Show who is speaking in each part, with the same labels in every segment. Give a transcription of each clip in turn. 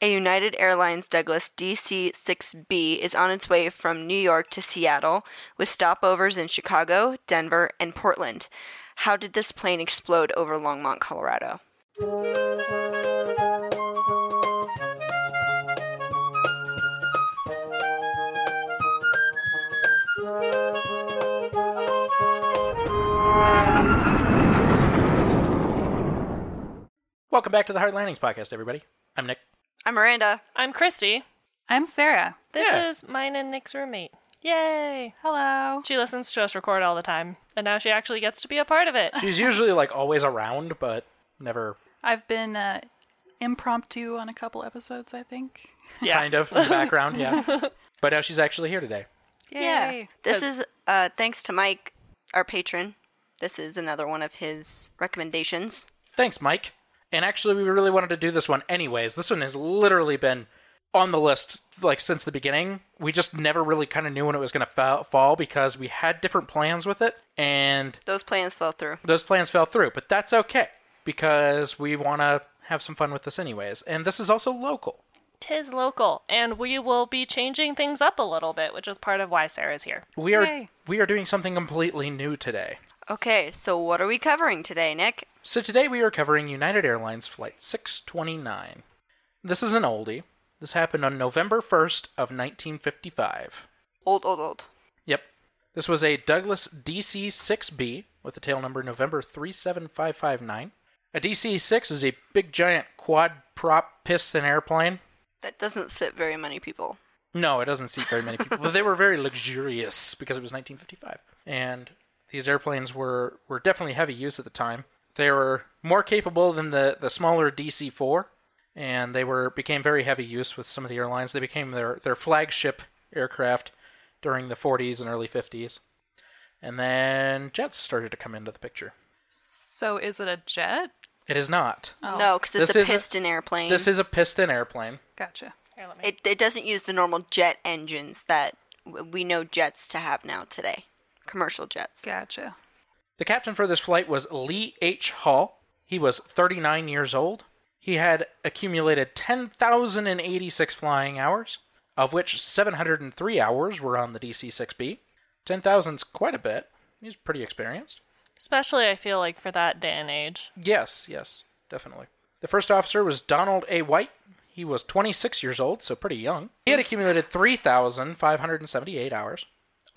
Speaker 1: a United Airlines Douglas DC 6B is on its way from New York to Seattle with stopovers in Chicago, Denver, and Portland. How did this plane explode over Longmont, Colorado?
Speaker 2: Welcome back to the Hard Landings podcast, everybody. I'm Nick.
Speaker 1: I'm Miranda.
Speaker 3: I'm Christy.
Speaker 4: I'm Sarah.
Speaker 3: This
Speaker 2: Yeah.
Speaker 3: is mine and Nick's roommate. Yay!
Speaker 4: Hello.
Speaker 3: She listens to us record all the time, and now she actually gets to be a part of it.
Speaker 2: She's usually like always around, but never
Speaker 4: I've been uh, impromptu on a couple episodes, I think.
Speaker 3: Yeah.
Speaker 2: kind of in the background, yeah. But now she's actually here today.
Speaker 3: Yay.
Speaker 1: This is uh, thanks to Mike, our patron. This is another one of his recommendations.
Speaker 2: Thanks, Mike. And actually, we really wanted to do this one anyways. This one has literally been on the list like since the beginning. We just never really kind of knew when it was going to fa- fall because we had different plans with it, and
Speaker 1: Those plans fell through.
Speaker 2: those plans fell through. But that's okay because we want to have some fun with this anyways. And this is also local.
Speaker 3: Tis local, and we will be changing things up a little bit, which is part of why Sarah's here.
Speaker 2: We are
Speaker 4: Yay.
Speaker 2: we are doing something completely new today.
Speaker 1: Okay, so what are we covering today, Nick?
Speaker 2: So today we are covering United Airlines flight 629. This is an oldie. This happened on November 1st of 1955.
Speaker 1: Old, old, old.
Speaker 2: Yep. This was a Douglas DC-6B with the tail number November 37559. A DC-6 is a big giant quad prop piston airplane.
Speaker 1: That doesn't sit very many people.
Speaker 2: No, it doesn't seat very many people, but they were very luxurious because it was 1955. And these airplanes were, were definitely heavy use at the time. They were more capable than the, the smaller DC 4, and they were became very heavy use with some of the airlines. They became their, their flagship aircraft during the 40s and early 50s. And then jets started to come into the picture.
Speaker 4: So, is it a jet?
Speaker 2: It is not.
Speaker 4: Oh,
Speaker 1: No, because it's
Speaker 2: This
Speaker 1: a
Speaker 2: is a-
Speaker 1: piston airplane.
Speaker 2: This is a piston airplane.
Speaker 4: Gotcha.
Speaker 3: Here, let me.
Speaker 1: it, it doesn't use the normal jet engines that w- we know jets to have now today, commercial jets.
Speaker 4: Gotcha.
Speaker 2: The captain for this flight was Lee H. Hall. He was 39 years old. He had accumulated 10,086 flying hours, of which 703 hours were on the DC 6B. 10,000's quite a bit. He's pretty experienced.
Speaker 3: Especially, I feel like for that day and age.
Speaker 2: Yes, yes, definitely. The first officer was Donald A. White. He was 26 years old, so pretty young. He had accumulated 3,578 hours,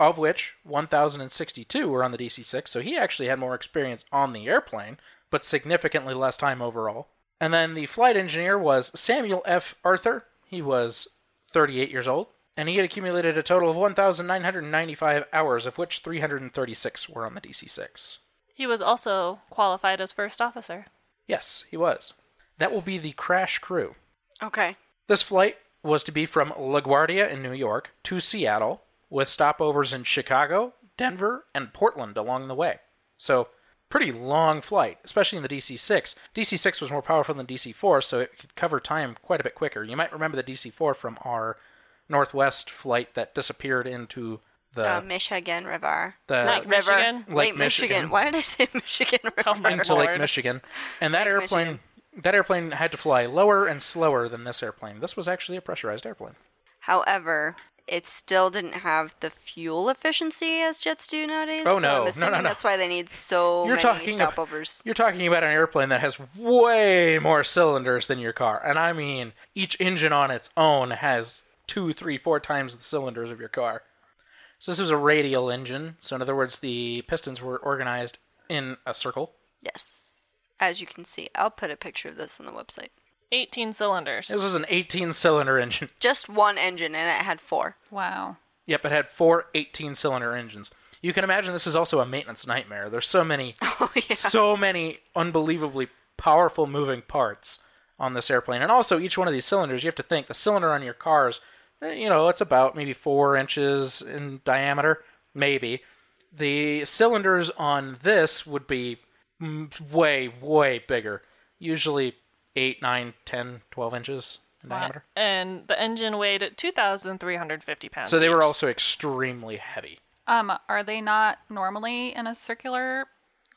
Speaker 2: of which 1,062 were on the DC 6, so he actually had more experience on the airplane, but significantly less time overall. And then the flight engineer was Samuel F. Arthur. He was 38 years old, and he had accumulated a total of 1,995 hours, of which 336 were on the DC 6.
Speaker 3: He was also qualified as first officer.
Speaker 2: Yes, he was. That will be the crash crew.
Speaker 1: Okay.
Speaker 2: This flight was to be from LaGuardia in New York to Seattle, with stopovers in Chicago, Denver, and Portland along the way. So, pretty long flight, especially in the DC 6. DC 6 was more powerful than DC 4, so it could cover time quite a bit quicker. You might remember the DC 4 from our Northwest flight that disappeared into the.
Speaker 1: Uh, Michigan River.
Speaker 2: the
Speaker 3: Lake
Speaker 1: River.
Speaker 3: Michigan?
Speaker 2: Lake
Speaker 1: Lake Michigan.
Speaker 2: Michigan.
Speaker 1: Why did I say Michigan River?
Speaker 3: Oh my
Speaker 2: into Lake
Speaker 3: Lord.
Speaker 2: Michigan, and that
Speaker 1: Lake
Speaker 2: airplane that airplane had to fly lower and slower than this airplane. This was actually a pressurized airplane.
Speaker 1: However, it still didn't have the fuel efficiency as jets do nowadays.
Speaker 2: Oh,
Speaker 1: so
Speaker 2: no. No,
Speaker 1: I'm
Speaker 2: no,
Speaker 1: assuming
Speaker 2: no.
Speaker 1: that's why they need so
Speaker 2: You're
Speaker 1: Oh, many
Speaker 2: talking ab-
Speaker 1: stopovers.
Speaker 2: You're talking about an airplane that has way more cylinders than your car, and I mean each engine on its own has two, three, four times the cylinders of your car. So this was a radial engine. So in other words, the pistons were organized in a circle.
Speaker 1: Yes. As you can see, I'll put a picture of this on the website.
Speaker 3: 18 cylinders.
Speaker 2: This was an 18-cylinder engine.
Speaker 1: Just one engine, and it had four.
Speaker 4: Wow.
Speaker 2: Yep, it had four 18-cylinder engines. You can imagine this is also a maintenance nightmare. There's so many
Speaker 1: Oh yeah.
Speaker 2: so many unbelievably powerful moving parts on this airplane. And also, each one of these cylinders, you have to think the cylinder on your cars, eh, you know, it's about maybe four inches in diameter, maybe. The cylinders on this would be mm, way, way bigger, usually 8, 9, 10, 12 inches in diameter.
Speaker 3: And the engine weighed 2,350 pounds.
Speaker 2: So they were
Speaker 3: each.
Speaker 2: also extremely heavy.
Speaker 4: Um, are they not normally in a circular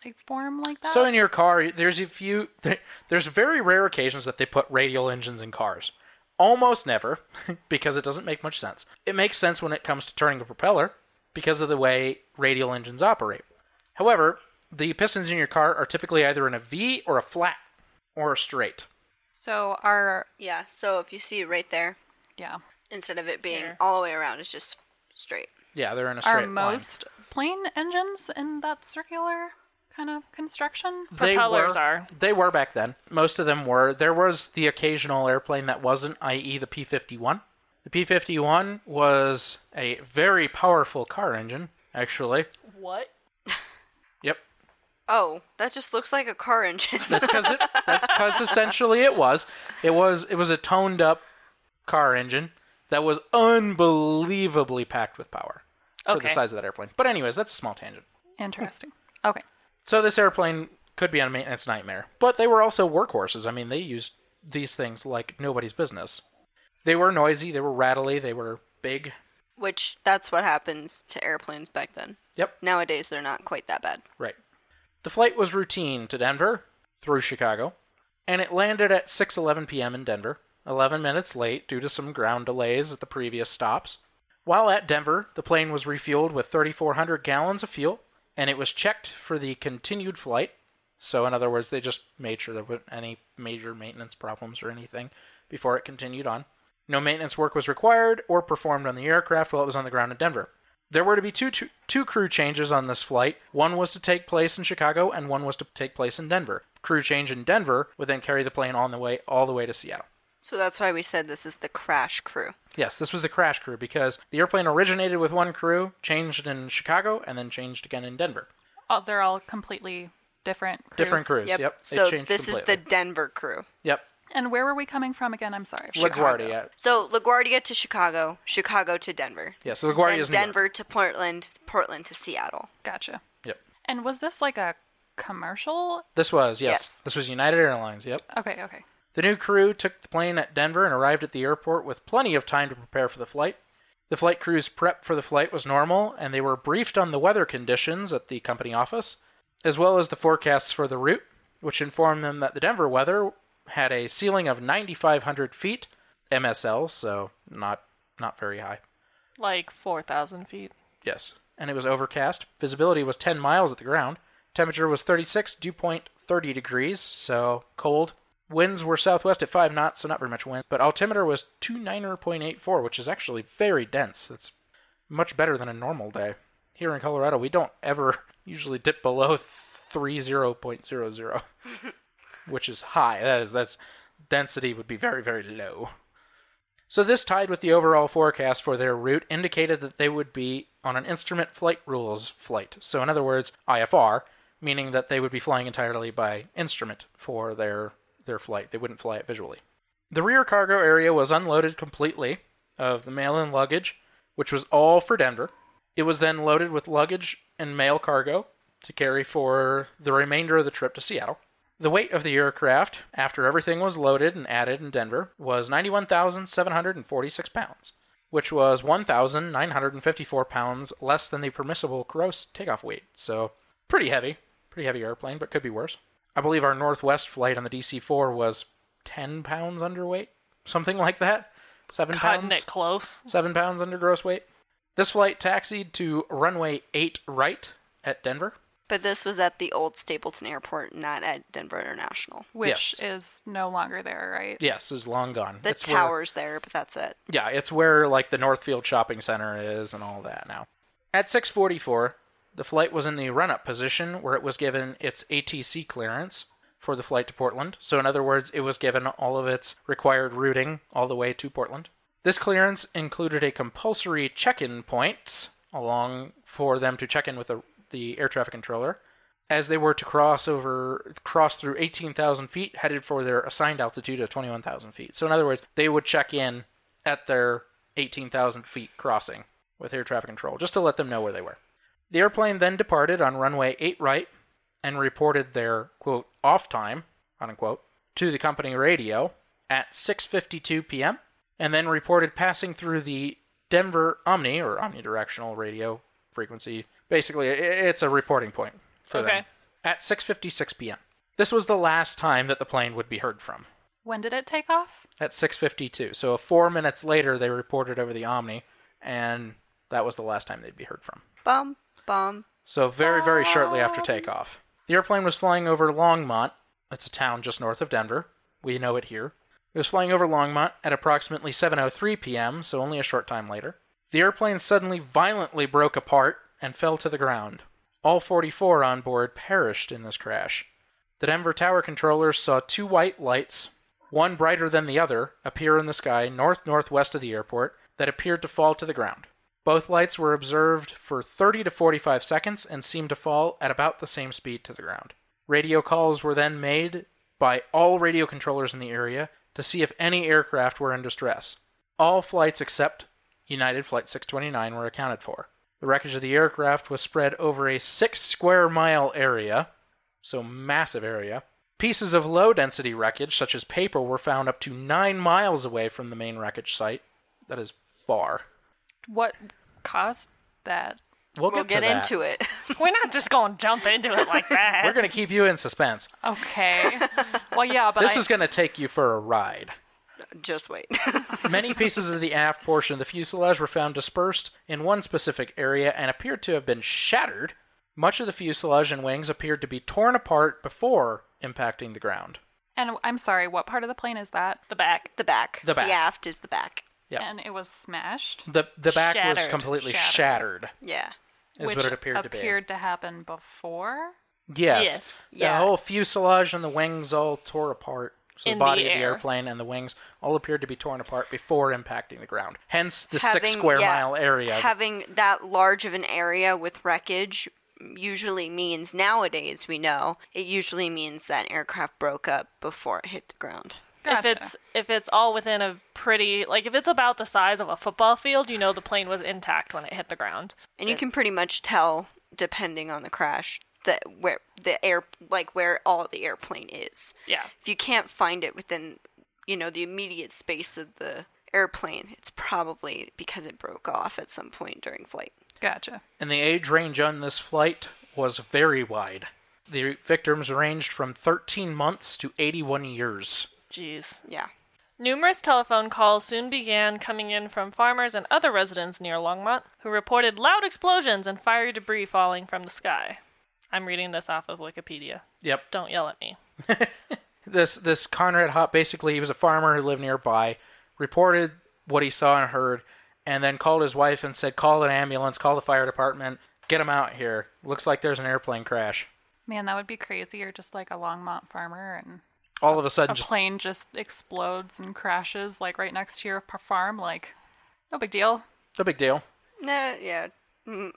Speaker 4: like form like that?
Speaker 2: So in your car, there's a few. There's very rare occasions that they put radial engines in cars. Almost never, because it doesn't make much sense. It makes sense when it comes to turning a propeller, because of the way radial engines operate. However, the pistons in your car are typically either in a V or a flat or straight.
Speaker 4: So our
Speaker 1: Yeah, so if you see right there,
Speaker 4: yeah,
Speaker 1: instead of it being
Speaker 3: Here.
Speaker 1: all the way around, it's just straight.
Speaker 2: Yeah, they're in a straight
Speaker 4: our most plane engines in that circular kind of construction.
Speaker 2: line. They
Speaker 3: propellers
Speaker 2: were-
Speaker 3: are.
Speaker 2: They were back then. Most of them were. There was the occasional airplane that wasn't, i.e., the P 51. The P 51 was a very powerful car engine, actually.
Speaker 3: What?
Speaker 2: Yep.
Speaker 1: Oh, that just looks like a car engine.
Speaker 2: That's because it. That's because essentially it was. It was. It was a toned up car engine that was unbelievably packed with power for
Speaker 3: Okay.
Speaker 2: the size of that airplane. But anyways, that's a small tangent.
Speaker 4: Interesting. Okay.
Speaker 2: So this airplane could be a maintenance nightmare, but they were also workhorses. I mean, they used these things like nobody's business. They were noisy. They were rattly. They were big.
Speaker 1: Which that's what happens to airplanes back then.
Speaker 2: Yep.
Speaker 1: Nowadays they're not quite that bad.
Speaker 2: Right. The flight was routine to Denver through Chicago, and it landed at 6:11 p.m. in Denver, 11 minutes late due to some ground delays at the previous stops. While at Denver, the plane was refueled with 3400 gallons of fuel, and it was checked for the continued flight. So in other words, they just made sure there weren't any major maintenance problems or anything before it continued on. No maintenance work was required or performed on the aircraft while it was on the ground in Denver. There were to be two, two, two crew changes on this flight. One was to take place in Chicago, and one was to take place in Denver. Crew change in Denver would then carry the plane on the way all the way to Seattle.
Speaker 1: So that's why we said this is the crash crew.
Speaker 2: Yes, this was the crash crew because the airplane originated with one crew, changed in Chicago, and then changed again in Denver.
Speaker 4: Oh, they're all completely different. Crews.
Speaker 2: Different crews. Yep. they
Speaker 1: so
Speaker 2: changed
Speaker 1: this
Speaker 2: completely.
Speaker 1: is the Denver crew.
Speaker 2: Yep.
Speaker 4: And where were we coming from again? I'm sorry.
Speaker 1: Chicago.
Speaker 2: LaGuardia.
Speaker 1: So LaGuardia to Chicago, Chicago to Denver.
Speaker 2: Yeah, so LaGuardia
Speaker 1: then
Speaker 2: is New York.
Speaker 1: Denver to Portland, Portland to Seattle.
Speaker 4: Gotcha.
Speaker 2: Yep.
Speaker 4: And was this like a commercial?
Speaker 2: This was, yes.
Speaker 1: Yes.
Speaker 2: This was United Airlines. Yep.
Speaker 4: Okay. Okay.
Speaker 2: The new crew took the plane at Denver and arrived at the airport with plenty of time to prepare for the flight. The flight crew's prep for the flight was normal, and they were briefed on the weather conditions at the company office, as well as the forecasts for the route, which informed them that the Denver weather had a ceiling of 9,500 feet MSL, so not not very high.
Speaker 3: Like 4,000 feet.
Speaker 2: Yes, and it was overcast. Visibility was 10 miles at the ground. Temperature was 36, dew point 30 degrees, so cold. Winds were southwest at 5 knots, so not very much wind. But altimeter was 29.84, which is actually very dense. It's much better than a normal day. Here in Colorado, we don't ever usually dip below 30.00, which is high. That is that's density would be very very low. So this tied with the overall forecast for their route indicated that they would be on an instrument flight rules flight. So in other words, IFR, meaning that they would be flying entirely by instrument for their their flight. They wouldn't fly it visually. The rear cargo area was unloaded completely of the mail and luggage, which was all for Denver. It was then loaded with luggage and mail cargo to carry for the remainder of the trip to Seattle. The weight of the aircraft, after everything was loaded and added in Denver, was 91,746 pounds, which was 1,954 pounds less than the permissible gross takeoff weight. So, pretty heavy. Pretty heavy airplane, but could be worse. I believe our Northwest flight on the DC 4 was 10 pounds underweight, something like that. Seven
Speaker 3: Cutting
Speaker 2: pounds
Speaker 3: it close.
Speaker 2: seven pounds under gross weight. This flight taxied to runway eight right at Denver.
Speaker 1: But this was at the old Stapleton Airport, not at Denver International.
Speaker 4: Which
Speaker 2: Yes.
Speaker 4: is no longer there, right?
Speaker 2: Yes, is long gone.
Speaker 1: The
Speaker 2: It's where-
Speaker 1: tower's there, but that's it.
Speaker 2: yeah, it's where like the Northfield Shopping Center is and all that now. At 6:44, the flight was in the run-up position where it was given its ATC clearance for the flight to Portland. So in other words, it was given all of its required routing all the way to Portland. This clearance included a compulsory check-in point along for them to check in with the, the air traffic controller as they were to cross over cross through 18,000 feet headed for their assigned altitude of 21,000 feet. So in other words, they would check in at their 18,000 feet crossing with air traffic control just to let them know where they were. The airplane then departed on runway 8 right and reported their quote off time unquote to the company radio at 6:52 p.m. and then reported passing through the Denver Omni or omnidirectional radio frequency. Basically, i- it's a reporting point for them
Speaker 3: Okay.
Speaker 2: at 6:56 p.m. This was the last time that the plane would be heard from.
Speaker 4: When did it take off?
Speaker 2: at 6:52. So 4 minutes later they reported over the Omni and that was the last time they'd be heard from.
Speaker 1: Bum, bum.
Speaker 2: So very very shortly after takeoff. The airplane was flying over Longmont. It's a town just north of Denver. We know it here. It was flying over Longmont at approximately 7:03 p.m., so only a short time later. The airplane suddenly violently broke apart and fell to the ground. All 44 on board perished in this crash. The Denver tower controllers saw two white lights, one brighter than the other, appear in the sky north northwest of the airport that appeared to fall to the ground. Both lights were observed for 30 to 45 seconds and seemed to fall at about the same speed to the ground. Radio calls were then made by all radio controllers in the area to see if any aircraft were in distress. All flights except United Flight 629 were accounted for. The wreckage of the aircraft was spread over a six square mile area, so massive area. Pieces of low density wreckage, such as paper, were found up to nine miles away from the main wreckage site. That is far.
Speaker 4: What caused that?
Speaker 2: We'll,
Speaker 1: We'll
Speaker 2: get,
Speaker 1: get
Speaker 2: to that.
Speaker 1: into it.
Speaker 3: We're not just going to jump into it like that.
Speaker 2: We're going to keep you in suspense.
Speaker 4: Okay. well, yeah, but
Speaker 2: This
Speaker 4: I,
Speaker 2: is going to take you for a ride.
Speaker 1: Just wait.
Speaker 2: Many pieces of the aft portion of the fuselage were found dispersed in one specific area and appeared to have been shattered. Much of the fuselage and wings appeared to be torn apart before impacting the ground.
Speaker 4: and I'm sorry. What part of the plane is that?
Speaker 3: the back.
Speaker 1: the back.
Speaker 2: The back.
Speaker 1: The aft is the back.
Speaker 2: Yeah.
Speaker 4: And it was smashed,
Speaker 2: The the back was
Speaker 3: Shattered.
Speaker 2: completely shattered,
Speaker 3: Shattered.
Speaker 1: Yeah.
Speaker 2: is
Speaker 4: which
Speaker 2: what it appeared,
Speaker 4: appeared to happen before.
Speaker 2: to be. Yes.
Speaker 3: Yes.
Speaker 1: Yeah.
Speaker 2: The whole fuselage and the wings all tore apart. So
Speaker 3: In
Speaker 2: the
Speaker 3: the
Speaker 2: body of the
Speaker 3: air.
Speaker 2: airplane and the wings all appeared to be torn apart before impacting the ground. Hence the six
Speaker 1: Having-
Speaker 2: square
Speaker 1: yeah,
Speaker 2: mile area.
Speaker 1: Having that large of an area with wreckage usually means nowadays we know it usually means that an aircraft broke up before it hit the ground.
Speaker 4: Gotcha.
Speaker 3: If it's if it's all within a pretty like if it's about the size of a football field, you know the plane was intact when it hit the ground.
Speaker 1: And you can pretty much tell depending on the crash that where the air like where all the airplane is.
Speaker 3: Yeah.
Speaker 1: If you can't find it within, you know, the immediate space of the airplane, it's probably because it broke off at some point during flight.
Speaker 4: Gotcha.
Speaker 2: and the age range on this flight was very wide. The victims ranged from 13 months to 81 years.
Speaker 3: Jeez.
Speaker 1: Yeah.
Speaker 3: Numerous telephone calls soon began coming in from farmers and other residents near Longmont who reported loud explosions and fiery debris falling from the sky. I'm reading this off of Wikipedia.
Speaker 2: Yep.
Speaker 3: Don't yell at me.
Speaker 2: This this Conrad Hop basically he was a farmer who lived nearby, reported what he saw and heard, and then called his wife and said, "Call an ambulance, call the fire department, get him out here. Looks like there's an airplane crash."
Speaker 4: Man, that would be crazy. Or just like a Longmont farmer, and
Speaker 2: All of a
Speaker 4: a
Speaker 2: sudden, just
Speaker 4: plane just explodes and crashes like right next to your p- farm. Like, no big deal.
Speaker 2: no big deal.
Speaker 1: No, yeah. Mm,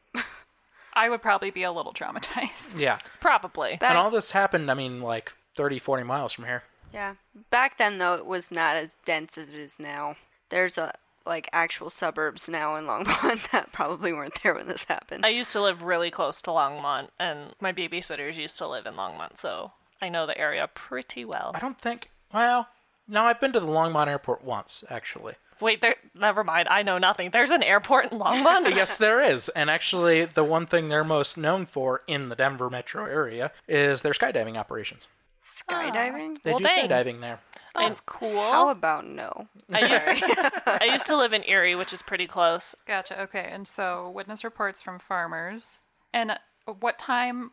Speaker 4: I would probably be a little traumatized.
Speaker 2: Yeah.
Speaker 3: Probably.
Speaker 1: That-
Speaker 2: And all this happened, I mean, like 30, 40 miles from here.
Speaker 1: Yeah. Back then, though, it was not as dense as it is now. There's a like actual suburbs now in Longmont that probably weren't there when this happened.
Speaker 3: I used to live really close to Longmont and my babysitters used to live in Longmont, so I know the area pretty well.
Speaker 2: I don't think, well, no, I've been to the Longmont Airport once, actually.
Speaker 3: Wait, there never mind. I know nothing. There's an airport in Longmont?
Speaker 2: yes, there is. And actually, the one thing they're most known for in the Denver metro area is their skydiving operations.
Speaker 1: Skydiving?
Speaker 2: They
Speaker 3: Well,
Speaker 2: do
Speaker 3: dang.
Speaker 2: skydiving there.
Speaker 4: That's cool.
Speaker 3: Ah.
Speaker 1: How about no?
Speaker 3: I used, I used to live in Erie, which is pretty close.
Speaker 4: Gotcha. Okay. And so witness reports from farmers. And uh, what time?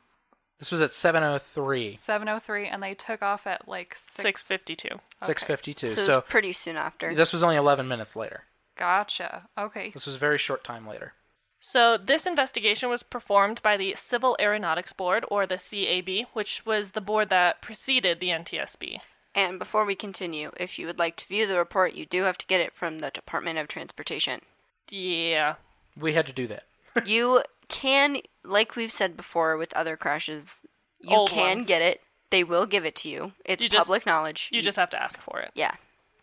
Speaker 2: This was at 703,
Speaker 4: 7.03. And they took off at like 6.
Speaker 3: 652.
Speaker 2: 652.
Speaker 1: So, it was
Speaker 2: So,
Speaker 1: pretty soon after.
Speaker 2: this was only 11 minutes later.
Speaker 4: Gotcha. Okay.
Speaker 2: This was a very short time later.
Speaker 3: So, this investigation was performed by the Civil Aeronautics Board, or the CAB, which was the board that preceded the NTSB.
Speaker 1: and before we continue, if you would like to view the report, you do have to get it from the Department of Transportation.
Speaker 3: Yeah.
Speaker 2: We had to do that.
Speaker 1: you can, like we've said before with other crashes, you
Speaker 3: Old
Speaker 1: can
Speaker 3: ones.
Speaker 1: get it. They will give it to you. It's
Speaker 3: You just-
Speaker 1: public knowledge.
Speaker 3: You just have to ask for it.
Speaker 1: Yeah.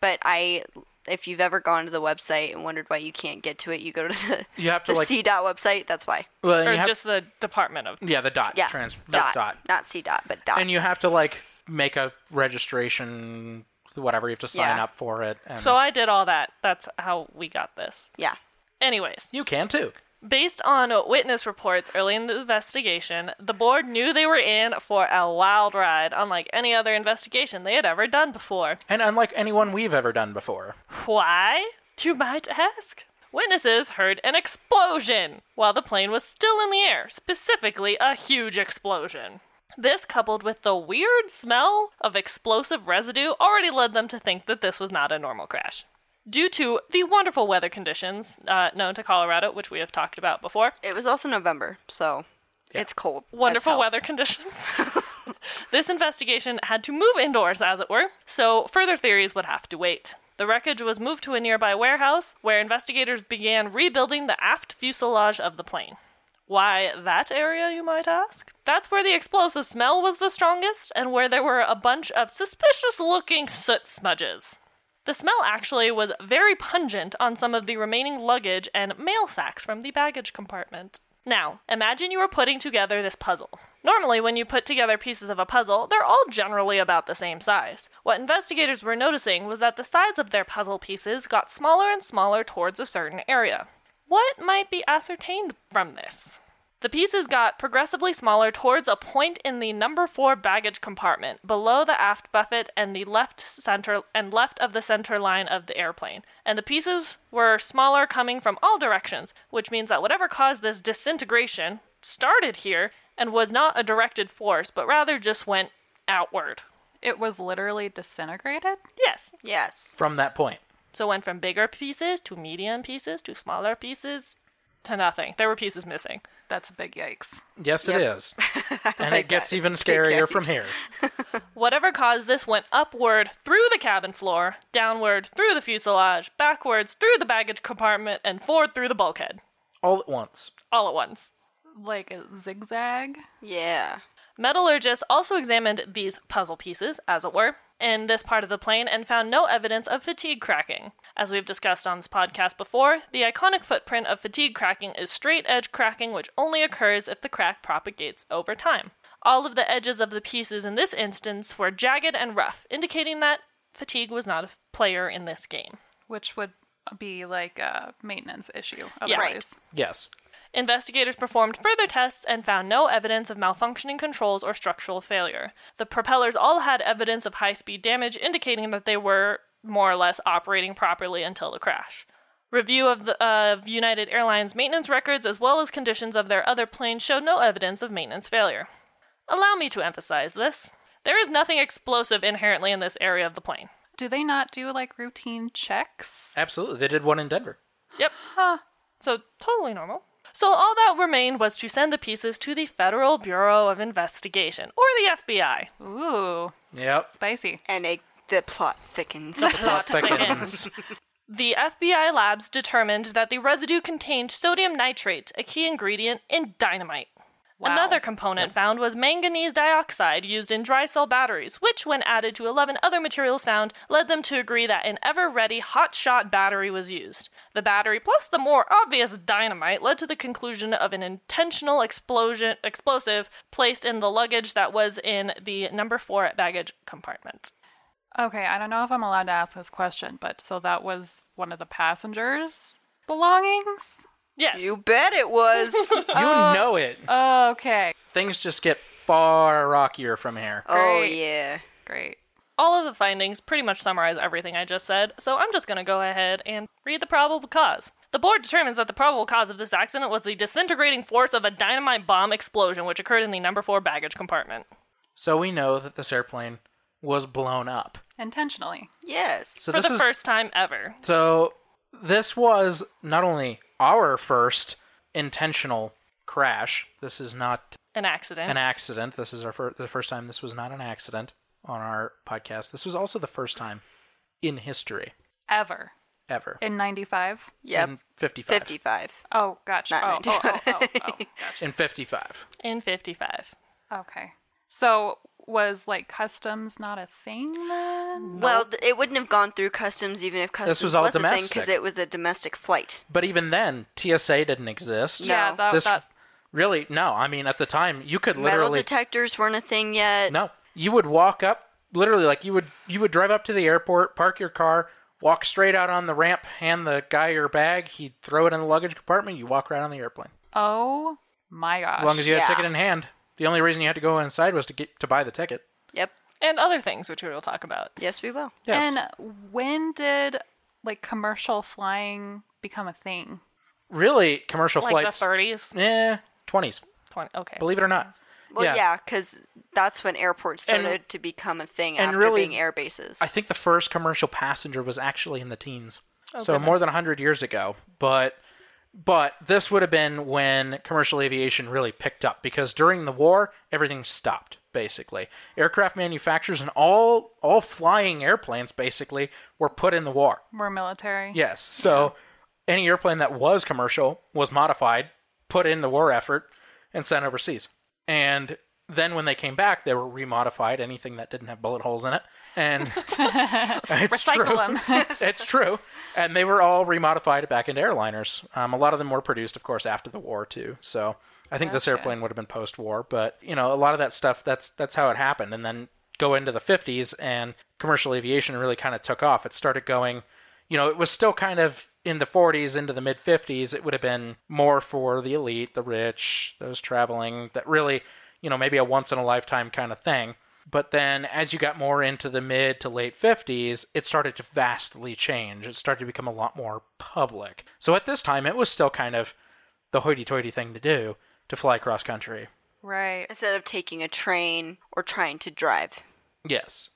Speaker 1: But I, if you've ever gone to the website and wondered why you can't get to it, you go to the,
Speaker 2: You have to,
Speaker 1: the
Speaker 2: like-
Speaker 1: C dot website. That's why.
Speaker 2: Well, and
Speaker 3: Or
Speaker 2: you have,
Speaker 3: just the Department of.
Speaker 2: yeah, the dot.
Speaker 1: Yeah.
Speaker 2: Trans,
Speaker 1: dot,
Speaker 2: dot.
Speaker 1: Not C dot, but dot.
Speaker 2: And you have to, like, make a registration, whatever. You have to sign
Speaker 1: Yeah.
Speaker 2: up for it. And
Speaker 3: So, I did all that. That's how we got this.
Speaker 1: yeah.
Speaker 3: Anyways,
Speaker 2: you can too.
Speaker 3: Based on witness reports early in the investigation, the board knew they were in for a wild ride, unlike any other investigation they had ever done before.
Speaker 2: And unlike anyone we've ever done before.
Speaker 3: Why? You might ask. Witnesses heard an explosion while the plane was still in the air, specifically a huge explosion. This, coupled with the weird smell of explosive residue, already led them to think that this was not a normal crash. Due to the wonderful weather conditions uh, known to Colorado, which we have talked about before,
Speaker 1: It was also November, so it's cold. as
Speaker 3: wonderful
Speaker 1: hell.
Speaker 3: weather conditions. this investigation had to move indoors, as it were, so further theories would have to wait. The wreckage was moved to a nearby warehouse where investigators began rebuilding the aft fuselage of the plane. Why that area, you might ask? That's where the explosive smell was the strongest and where there were a bunch of suspicious looking soot smudges. The smell actually was very pungent on some of the remaining luggage and mail sacks from the baggage compartment. Now, imagine you were putting together this puzzle. Normally, when you put together pieces of a puzzle, they're all generally about the same size. What investigators were noticing was that the size of their puzzle pieces got smaller and smaller towards a certain area. What might be ascertained from this? The pieces got progressively smaller towards a point in the number four baggage compartment, below the aft buffet and the left center and left of the center line of the airplane. And the pieces were smaller coming from all directions, which means that whatever caused this disintegration started here and was not a directed force, but rather just went outward.
Speaker 4: It was literally disintegrated.
Speaker 3: Yes.
Speaker 1: Yes.
Speaker 2: From that point.
Speaker 3: So it went from bigger pieces to medium pieces to smaller pieces to nothing. There were pieces missing.
Speaker 4: That's a big yikes.
Speaker 2: Yes, it
Speaker 1: Yep.
Speaker 2: is. and it gets
Speaker 1: that.
Speaker 2: even
Speaker 1: It's a big
Speaker 2: scarier
Speaker 1: yikes.
Speaker 2: from here.
Speaker 3: Whatever caused this went upward through the cabin floor, downward through the fuselage, backwards through the baggage compartment, and forward through the bulkhead,
Speaker 2: All at once.
Speaker 3: all at once.
Speaker 4: Like a zigzag.
Speaker 1: Yeah.
Speaker 3: Metallurgists also examined these puzzle pieces, as it were, in this part of the plane and found no evidence of fatigue cracking. As we've discussed on this podcast before, the iconic footprint of fatigue cracking is straight edge cracking, which only occurs if the crack propagates over time. All of the edges of the pieces in this instance were jagged and rough, indicating that fatigue was not a player in this game.
Speaker 4: which would be like a maintenance issue.
Speaker 3: Yeah.
Speaker 4: Otherwise.
Speaker 1: Right.
Speaker 2: Yes.
Speaker 3: Investigators performed further tests and found no evidence of malfunctioning controls or structural failure. The propellers all had evidence of high speed damage, indicating that they were more or less operating properly until the crash. Review of, the, of United Airlines maintenance records as well as conditions of their other planes showed no evidence of maintenance failure. Allow me to emphasize this. There is nothing explosive inherently in this area of the plane.
Speaker 4: Do they not do like routine checks?
Speaker 2: Absolutely. They did one in Denver.
Speaker 3: Yep.
Speaker 4: Huh.
Speaker 3: So totally normal. So all that remained was to send the pieces to the Federal Bureau of Investigation, or the FBI.
Speaker 4: Ooh,
Speaker 2: Yep.
Speaker 4: spicy.
Speaker 1: And it, the plot thickens.
Speaker 2: Plot
Speaker 3: thickens.
Speaker 2: thickens.
Speaker 3: The FBI labs determined that the residue contained sodium nitrate, a key ingredient in dynamite.
Speaker 4: Wow.
Speaker 3: Another component found was manganese dioxide used in dry cell batteries, which, when added to 11 other materials found, led them to agree that an ever ready hot shot battery was used. The battery, plus the more obvious dynamite, led to the conclusion of an intentional explosion, explosive placed in the luggage that was in the number four baggage compartment.
Speaker 4: Okay, I don't know if I'm allowed to ask this question, but so that was one of the passengers' belongings?
Speaker 3: Yes.
Speaker 1: You bet it was.
Speaker 2: You
Speaker 1: Oh.
Speaker 2: know it.
Speaker 4: Okay,
Speaker 2: Things just get far rockier from here.
Speaker 1: oh
Speaker 4: Great.
Speaker 1: yeah.
Speaker 4: great.
Speaker 3: all of the findings pretty much summarize everything I just said, so I'm just going to go ahead and read the probable cause. The board determines that the probable cause of this accident was the disintegrating force of a dynamite bomb explosion which occurred in the number 4 baggage compartment.
Speaker 2: So we know that this airplane was blown up.
Speaker 4: Intentionally.
Speaker 1: Yes.
Speaker 2: So
Speaker 3: for
Speaker 2: this
Speaker 3: the
Speaker 2: is
Speaker 3: first time ever.
Speaker 2: so this was not only our first intentional crash. This is not
Speaker 3: An accident.
Speaker 2: an accident. This is our fir- the first time this was not an accident on our podcast. This was also the first time in history
Speaker 4: Ever.
Speaker 2: ever.
Speaker 4: In 95?
Speaker 1: Yep.
Speaker 2: In 55.
Speaker 1: 55.
Speaker 4: Oh, gotcha.
Speaker 1: Not
Speaker 4: oh, oh, oh, oh, oh,
Speaker 2: In 55.
Speaker 3: in 55.
Speaker 4: gotcha. Okay. So was like customs not a thing then?
Speaker 1: Well, th- it wouldn't have gone through customs even if customs
Speaker 2: was all
Speaker 1: was a thing
Speaker 2: domestic.
Speaker 1: because it was a domestic flight.
Speaker 2: But even then, TSA didn't exist.
Speaker 1: No.
Speaker 4: Yeah, that,
Speaker 2: This
Speaker 4: that
Speaker 2: really no. I mean, at the time, you could
Speaker 1: Metal
Speaker 2: literally
Speaker 1: detectors weren't a thing yet.
Speaker 2: No. You would walk up literally like you would you would drive up to the airport, park your car, Walk straight out on the ramp, hand the guy your bag. He'd throw it in the luggage compartment. You walk right on the airplane.
Speaker 4: Oh my gosh.
Speaker 2: As long as you had
Speaker 1: Yeah.
Speaker 2: a ticket in hand. The only reason you had to go inside was to get to buy the ticket.
Speaker 1: Yep.
Speaker 3: And other things, which we will talk about.
Speaker 1: Yes, we will.
Speaker 2: Yes.
Speaker 4: And when did like commercial flying become a thing?
Speaker 2: really, commercial
Speaker 3: Like
Speaker 2: flights.
Speaker 3: the 30s,
Speaker 2: Eh, 20s.
Speaker 3: 20, okay.
Speaker 2: Believe it or not.
Speaker 1: Well, yeah, because that's when airports
Speaker 2: And-
Speaker 1: started to become a thing
Speaker 2: and
Speaker 1: after
Speaker 2: really-
Speaker 1: being air bases.
Speaker 2: I think the first commercial passenger was actually in the teens. so more than 100 years ago. But but this would have been when commercial aviation really picked up because during the war everything stopped basically. Aircraft manufacturers and all all flying airplanes basically were put in the war.
Speaker 4: We're military.
Speaker 2: Yes. So any airplane that was commercial was modified, put in the war effort, and sent overseas. And then when they came back, they were remodified, anything that didn't have bullet holes in it. And it's true.
Speaker 4: Recycle them.
Speaker 2: it's true. And they were all remodified back into airliners. Um, a lot of them were produced, of course, after the war too. So I think this
Speaker 4: Gotcha.
Speaker 2: airplane would have been post-war, but you know, a lot of that stuff. That's that's how it happened. And then go into the 50s, and commercial aviation really kind of took off. It started going. You know, it was still kind of in the 40s into the mid 50s. It would have been more for the elite, the rich, those traveling. That really, you know, maybe a once in a lifetime kind of thing. But then as you got more into the mid to late 50s, it started to vastly change. It started to become a lot more public. So at this time, it was still kind of the hoity toity thing to do to fly cross country.
Speaker 4: right.
Speaker 1: Instead of taking a train or trying to drive.
Speaker 2: Yes.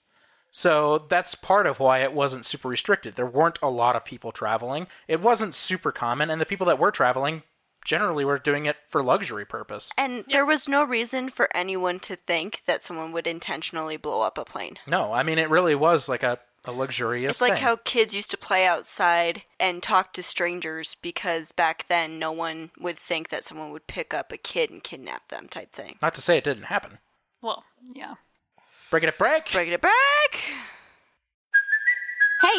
Speaker 2: So that's part of why it wasn't super restricted. There weren't a lot of people traveling. It wasn't super common, and the people that were traveling generally were doing it for luxury purpose.
Speaker 1: And there was no reason for anyone to think that someone would intentionally blow up a plane.
Speaker 2: No, I mean it really was like a, a luxurious
Speaker 1: It's like
Speaker 2: thing.
Speaker 1: how kids used to play outside and talk to strangers because back then no one would think that someone would pick up a kid and kidnap them type thing.
Speaker 2: Not to say it didn't happen.
Speaker 4: Well, yeah.
Speaker 2: Break it up, break.
Speaker 1: Break it back!
Speaker 5: Hey,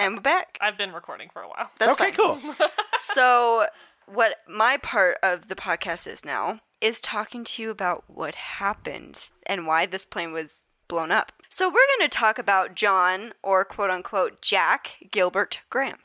Speaker 1: And we're back.
Speaker 3: I've been recording for a while.
Speaker 1: That's
Speaker 2: okay,
Speaker 1: fine.
Speaker 2: cool.
Speaker 1: So, what my part of the podcast is now is talking to you about what happened and why this plane was blown up. So, we're going to talk about John or quote unquote Jack Gilbert Graham.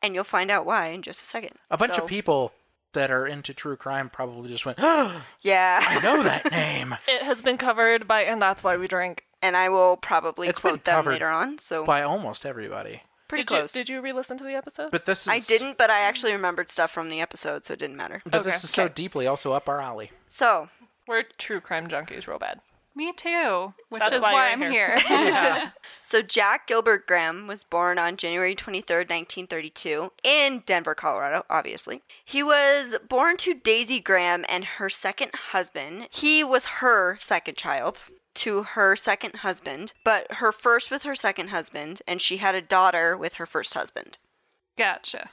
Speaker 1: And you'll find out why in just a second.
Speaker 2: A bunch
Speaker 1: So-
Speaker 2: of people that are into true crime probably just went, oh,
Speaker 1: Yeah.
Speaker 2: I know that name.
Speaker 3: It has been covered by And That's Why We Drink.
Speaker 1: And I will probably
Speaker 2: It's been
Speaker 1: quote them
Speaker 2: covered
Speaker 1: later on. So,
Speaker 2: By almost everybody.
Speaker 1: pretty
Speaker 3: did
Speaker 1: close.
Speaker 3: You, did you re listen to the episode?
Speaker 2: But this is
Speaker 1: I didn't, but I actually remembered stuff from the episode, so it didn't matter.
Speaker 2: But
Speaker 3: Okay.
Speaker 2: this is so deeply also up our alley.
Speaker 1: So,
Speaker 3: We're true crime junkies, real bad.
Speaker 4: Me too. Which
Speaker 3: That's
Speaker 4: is
Speaker 3: why
Speaker 4: why,
Speaker 3: you're
Speaker 4: I'm
Speaker 3: here.
Speaker 4: here.
Speaker 1: So Jack Gilbert Graham was born on January 23rd, 1932, in Denver, Colorado, obviously. He was born to Daisy Graham and her second husband. He was her second child to her second husband, but her first with her second husband, and she had a daughter with her first husband.
Speaker 4: gotcha.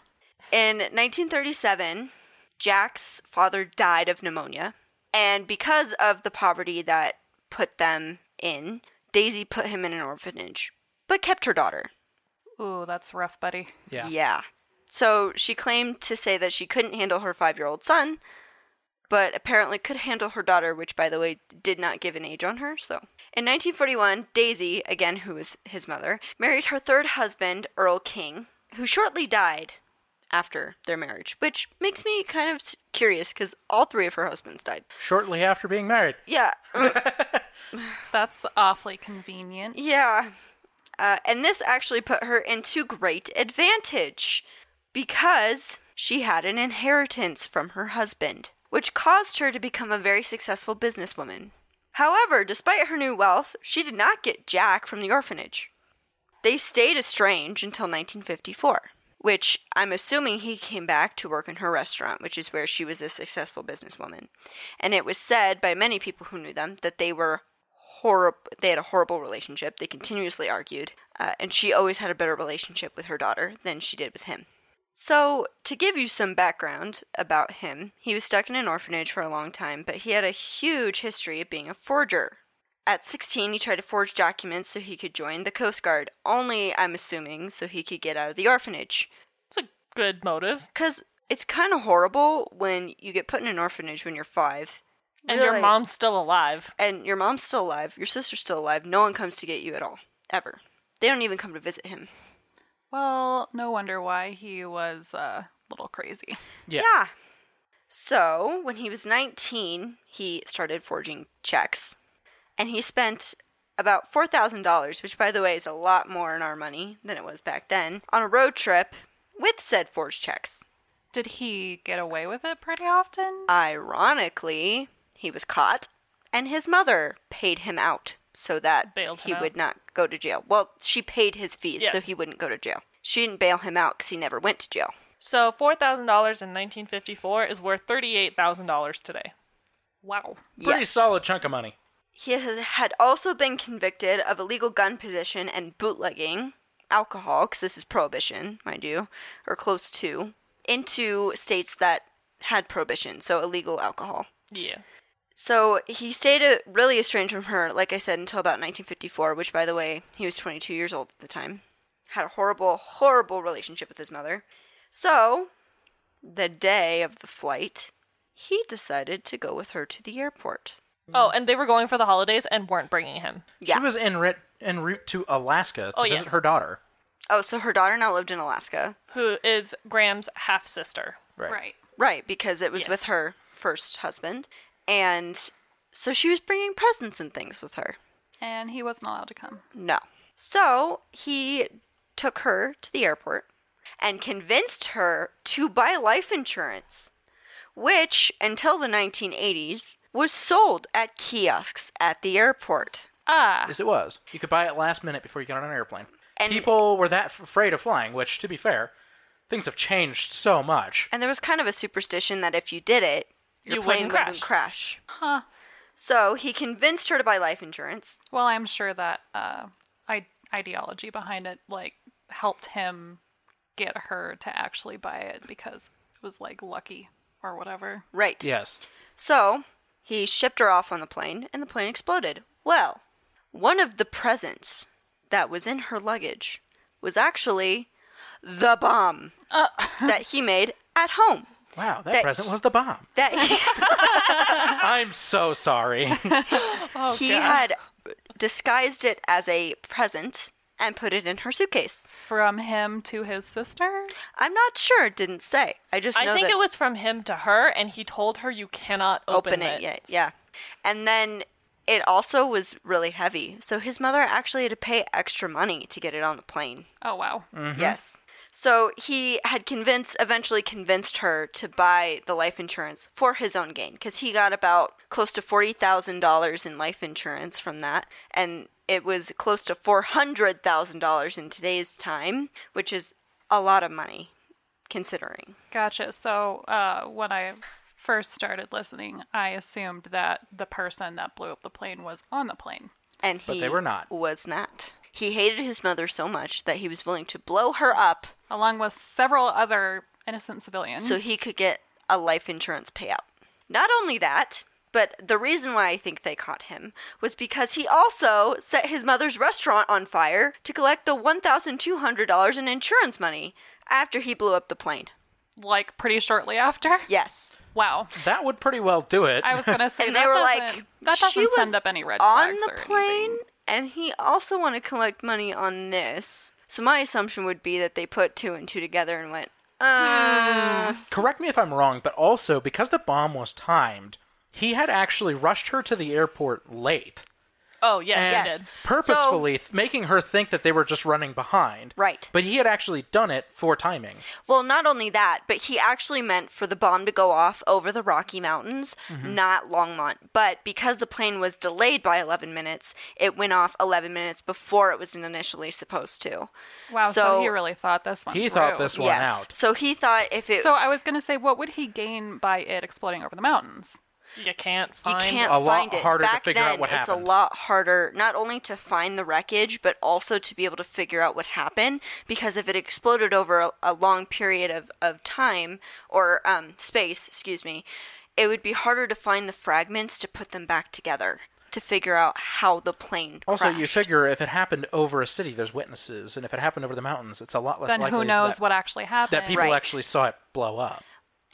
Speaker 1: In 1937, Jack's father died of pneumonia, and because of the poverty that put them in, Daisy put him in an orphanage, but kept her daughter.
Speaker 4: Ooh, that's rough, buddy.
Speaker 2: Yeah.
Speaker 1: So she claimed to say that she couldn't handle her five year old son, but apparently could handle her daughter, which, by the way, did not give an age on her. So in 1941, Daisy, again, who was his mother, married her third husband, Earl King, who shortly died after their marriage, which makes me kind of s- curious because all three of her husbands died.
Speaker 2: Shortly after being married.
Speaker 1: Yeah.
Speaker 4: That's awfully convenient.
Speaker 1: Yeah. Uh, and this actually put her into great advantage because she had an inheritance from her husband, which caused her to become a very successful businesswoman. However, despite her new wealth, she did not get Jack from the orphanage. They stayed estranged until 1954, which I'm assuming he came back to work in her restaurant, which is where she was a successful businesswoman. And it was said by many people who knew them that they were horrible. They had a horrible relationship. They continuously argued, uh, and she always had a better relationship with her daughter than she did with him. So, to give you some background about him, he was stuck in an orphanage for a long time, but he had a huge history of being a forger. At 16, he tried to forge documents so he could join the Coast Guard, only, I'm assuming, so he could get out of the orphanage.
Speaker 3: It's a good motive.
Speaker 1: Because it's kind of horrible when you get put in an orphanage when you're five.
Speaker 3: And your
Speaker 1: Really.
Speaker 3: mom's still alive.
Speaker 1: And your mom's still alive, your sister's still alive, no one comes to get you at all, ever. They don't even come to visit him.
Speaker 4: Well, no wonder why he was uh, a little crazy.
Speaker 2: Yeah.
Speaker 1: So, when he was 19, he started forging checks. And he spent about $4,000, which, by the way, is a lot more in our money than it was back then, on a road trip with said forged checks.
Speaker 4: Did he get away with it pretty often?
Speaker 1: Ironically, he was caught, and his mother paid him out so that
Speaker 3: Bailed him
Speaker 1: he
Speaker 3: out.
Speaker 1: would not go to jail. Well, she paid his fees so
Speaker 3: Yes.
Speaker 1: he wouldn't go to jail. She didn't bail him out because he never went to jail.
Speaker 3: So four thousand dollars in nineteen fifty four is worth thirty eight thousand dollars today. Wow.
Speaker 2: Pretty
Speaker 1: Yes.
Speaker 2: solid chunk of money.
Speaker 1: He has, had also been convicted of illegal gun possession and bootlegging alcohol, because this is prohibition, mind you, or close to, into states that had prohibition, so illegal alcohol.
Speaker 3: Yeah.
Speaker 1: So he stayed uh really estranged from her, like I said, until about 1954, which, by the way, he was 22 years old at the time. Had a horrible, horrible relationship with his mother. So, the day of the flight, he decided to go with her to the airport.
Speaker 3: Oh, and they were going for the holidays and weren't bringing him.
Speaker 1: Yeah.
Speaker 2: She was en route, en route to Alaska to
Speaker 3: Oh,
Speaker 2: visit
Speaker 3: yes.
Speaker 2: her daughter.
Speaker 1: Oh, so her daughter now lived in Alaska.
Speaker 3: Who is Graham's half sister?
Speaker 4: Right.
Speaker 1: Right, because it was
Speaker 3: Yes.
Speaker 1: with her first husband. And so she was bringing presents and things with her.
Speaker 4: And he wasn't allowed to come.
Speaker 1: No. So he took her to the airport and convinced her to buy life insurance, which until the 1980s was sold at kiosks at the airport.
Speaker 4: Ah,
Speaker 2: Yes, it was. You could buy it last minute before you got on an airplane.
Speaker 1: And-
Speaker 2: People were that f- afraid of flying, which, to be fair, things have changed so much.
Speaker 1: And there was kind of a superstition that if you did it, your
Speaker 3: You
Speaker 1: plane
Speaker 3: wouldn't
Speaker 1: wouldn't crash.
Speaker 4: huh.
Speaker 1: So he convinced her to buy life insurance.
Speaker 4: Well, I'm sure that uh, I- ideology behind it like helped him get her to actually buy it because it was like lucky or whatever.
Speaker 1: Right.
Speaker 2: Yes.
Speaker 1: So he shipped her off on the plane, and the plane exploded. Well, one of the presents that was in her luggage was actually the bomb
Speaker 3: Uh,
Speaker 1: that he made at home.
Speaker 2: Wow, that,
Speaker 1: That-
Speaker 2: present was the bomb.
Speaker 1: That he,
Speaker 2: I'm so sorry.
Speaker 3: Oh,
Speaker 1: he had disguised it as a present and put it in her suitcase.
Speaker 4: From him to his sister?
Speaker 1: I'm not sure. It didn't say. I just
Speaker 3: I
Speaker 1: know
Speaker 3: think
Speaker 1: that
Speaker 3: it was from him to her, and he told her you cannot open,
Speaker 1: open it yet. Yeah. And then it also was really heavy. So his mother actually had to pay extra money to get it on the plane.
Speaker 4: Oh wow.
Speaker 2: Mm-hmm.
Speaker 1: Yes. So he had convinced, eventually convinced her to buy the life insurance for his own gain because he got about close to forty thousand dollars in life insurance from that, and it was close to four hundred thousand dollars in today's time, which is a lot of money, considering.
Speaker 4: Gotcha. So uh, when I first started listening, I assumed that the person that blew up the plane was on the plane.
Speaker 1: And he
Speaker 2: But they were not.
Speaker 1: Was not. He hated his mother so much that he was willing to blow her up
Speaker 4: along with several other innocent civilians.
Speaker 1: so he could get a life insurance payout. Not only that, but the reason why I think they caught him was because he also set his mother's restaurant on fire to collect the $1,200 in insurance money after he blew up the plane.
Speaker 4: like pretty shortly after.
Speaker 1: Yes.
Speaker 4: Wow.
Speaker 2: that would pretty well do it.
Speaker 4: I was gonna say
Speaker 1: And
Speaker 4: that
Speaker 1: they were
Speaker 4: doesn't-
Speaker 1: like,
Speaker 4: that doesn't
Speaker 1: she was
Speaker 4: send up any red
Speaker 1: on
Speaker 4: flags
Speaker 1: the
Speaker 4: or
Speaker 1: plane,
Speaker 4: anything.
Speaker 1: and he also wanted to collect money on this. So my assumption would be that they put two and two together and went, uh,
Speaker 2: Correct me if I'm wrong, but also because the bomb was timed, he had actually rushed her to the airport late,
Speaker 3: Oh yes,
Speaker 2: And
Speaker 3: he
Speaker 1: Yes.
Speaker 3: did.
Speaker 2: purposefully th- making her think that they were just running behind.
Speaker 1: Right.
Speaker 2: But he had actually done it for timing.
Speaker 1: Well, not only that, but he actually meant for the bomb to go off over the Rocky Mountains, not Longmont. But because the plane was delayed by 11 minutes, it went off 11 minutes before it was initially supposed to.
Speaker 4: Wow. So,
Speaker 1: So-
Speaker 4: he really thought this one.
Speaker 2: He thought
Speaker 4: through.
Speaker 2: this one out.
Speaker 1: So he thought if it
Speaker 4: So I was gonna say, what would he gain by it exploding over the mountains?
Speaker 3: You can't find.
Speaker 1: you can't
Speaker 2: a lot
Speaker 1: find it.
Speaker 2: harder to
Speaker 1: Back
Speaker 2: figure out
Speaker 1: then,
Speaker 2: what
Speaker 1: It's
Speaker 2: happened.
Speaker 1: a lot harder not only to find the wreckage, but also to be able to figure out what happened. Because if it exploded over a, a long period of, of time or um, space, excuse me, it would be harder to find the fragments to put them back together to figure out how the plane
Speaker 2: Also, you
Speaker 1: crashed.
Speaker 2: figure if it happened over a city, there's witnesses, and if it happened over the mountains, it's a lot less
Speaker 4: Then
Speaker 2: likely
Speaker 4: who knows
Speaker 2: that,
Speaker 4: what actually happened?
Speaker 2: that people
Speaker 1: Right.
Speaker 2: actually saw it blow up.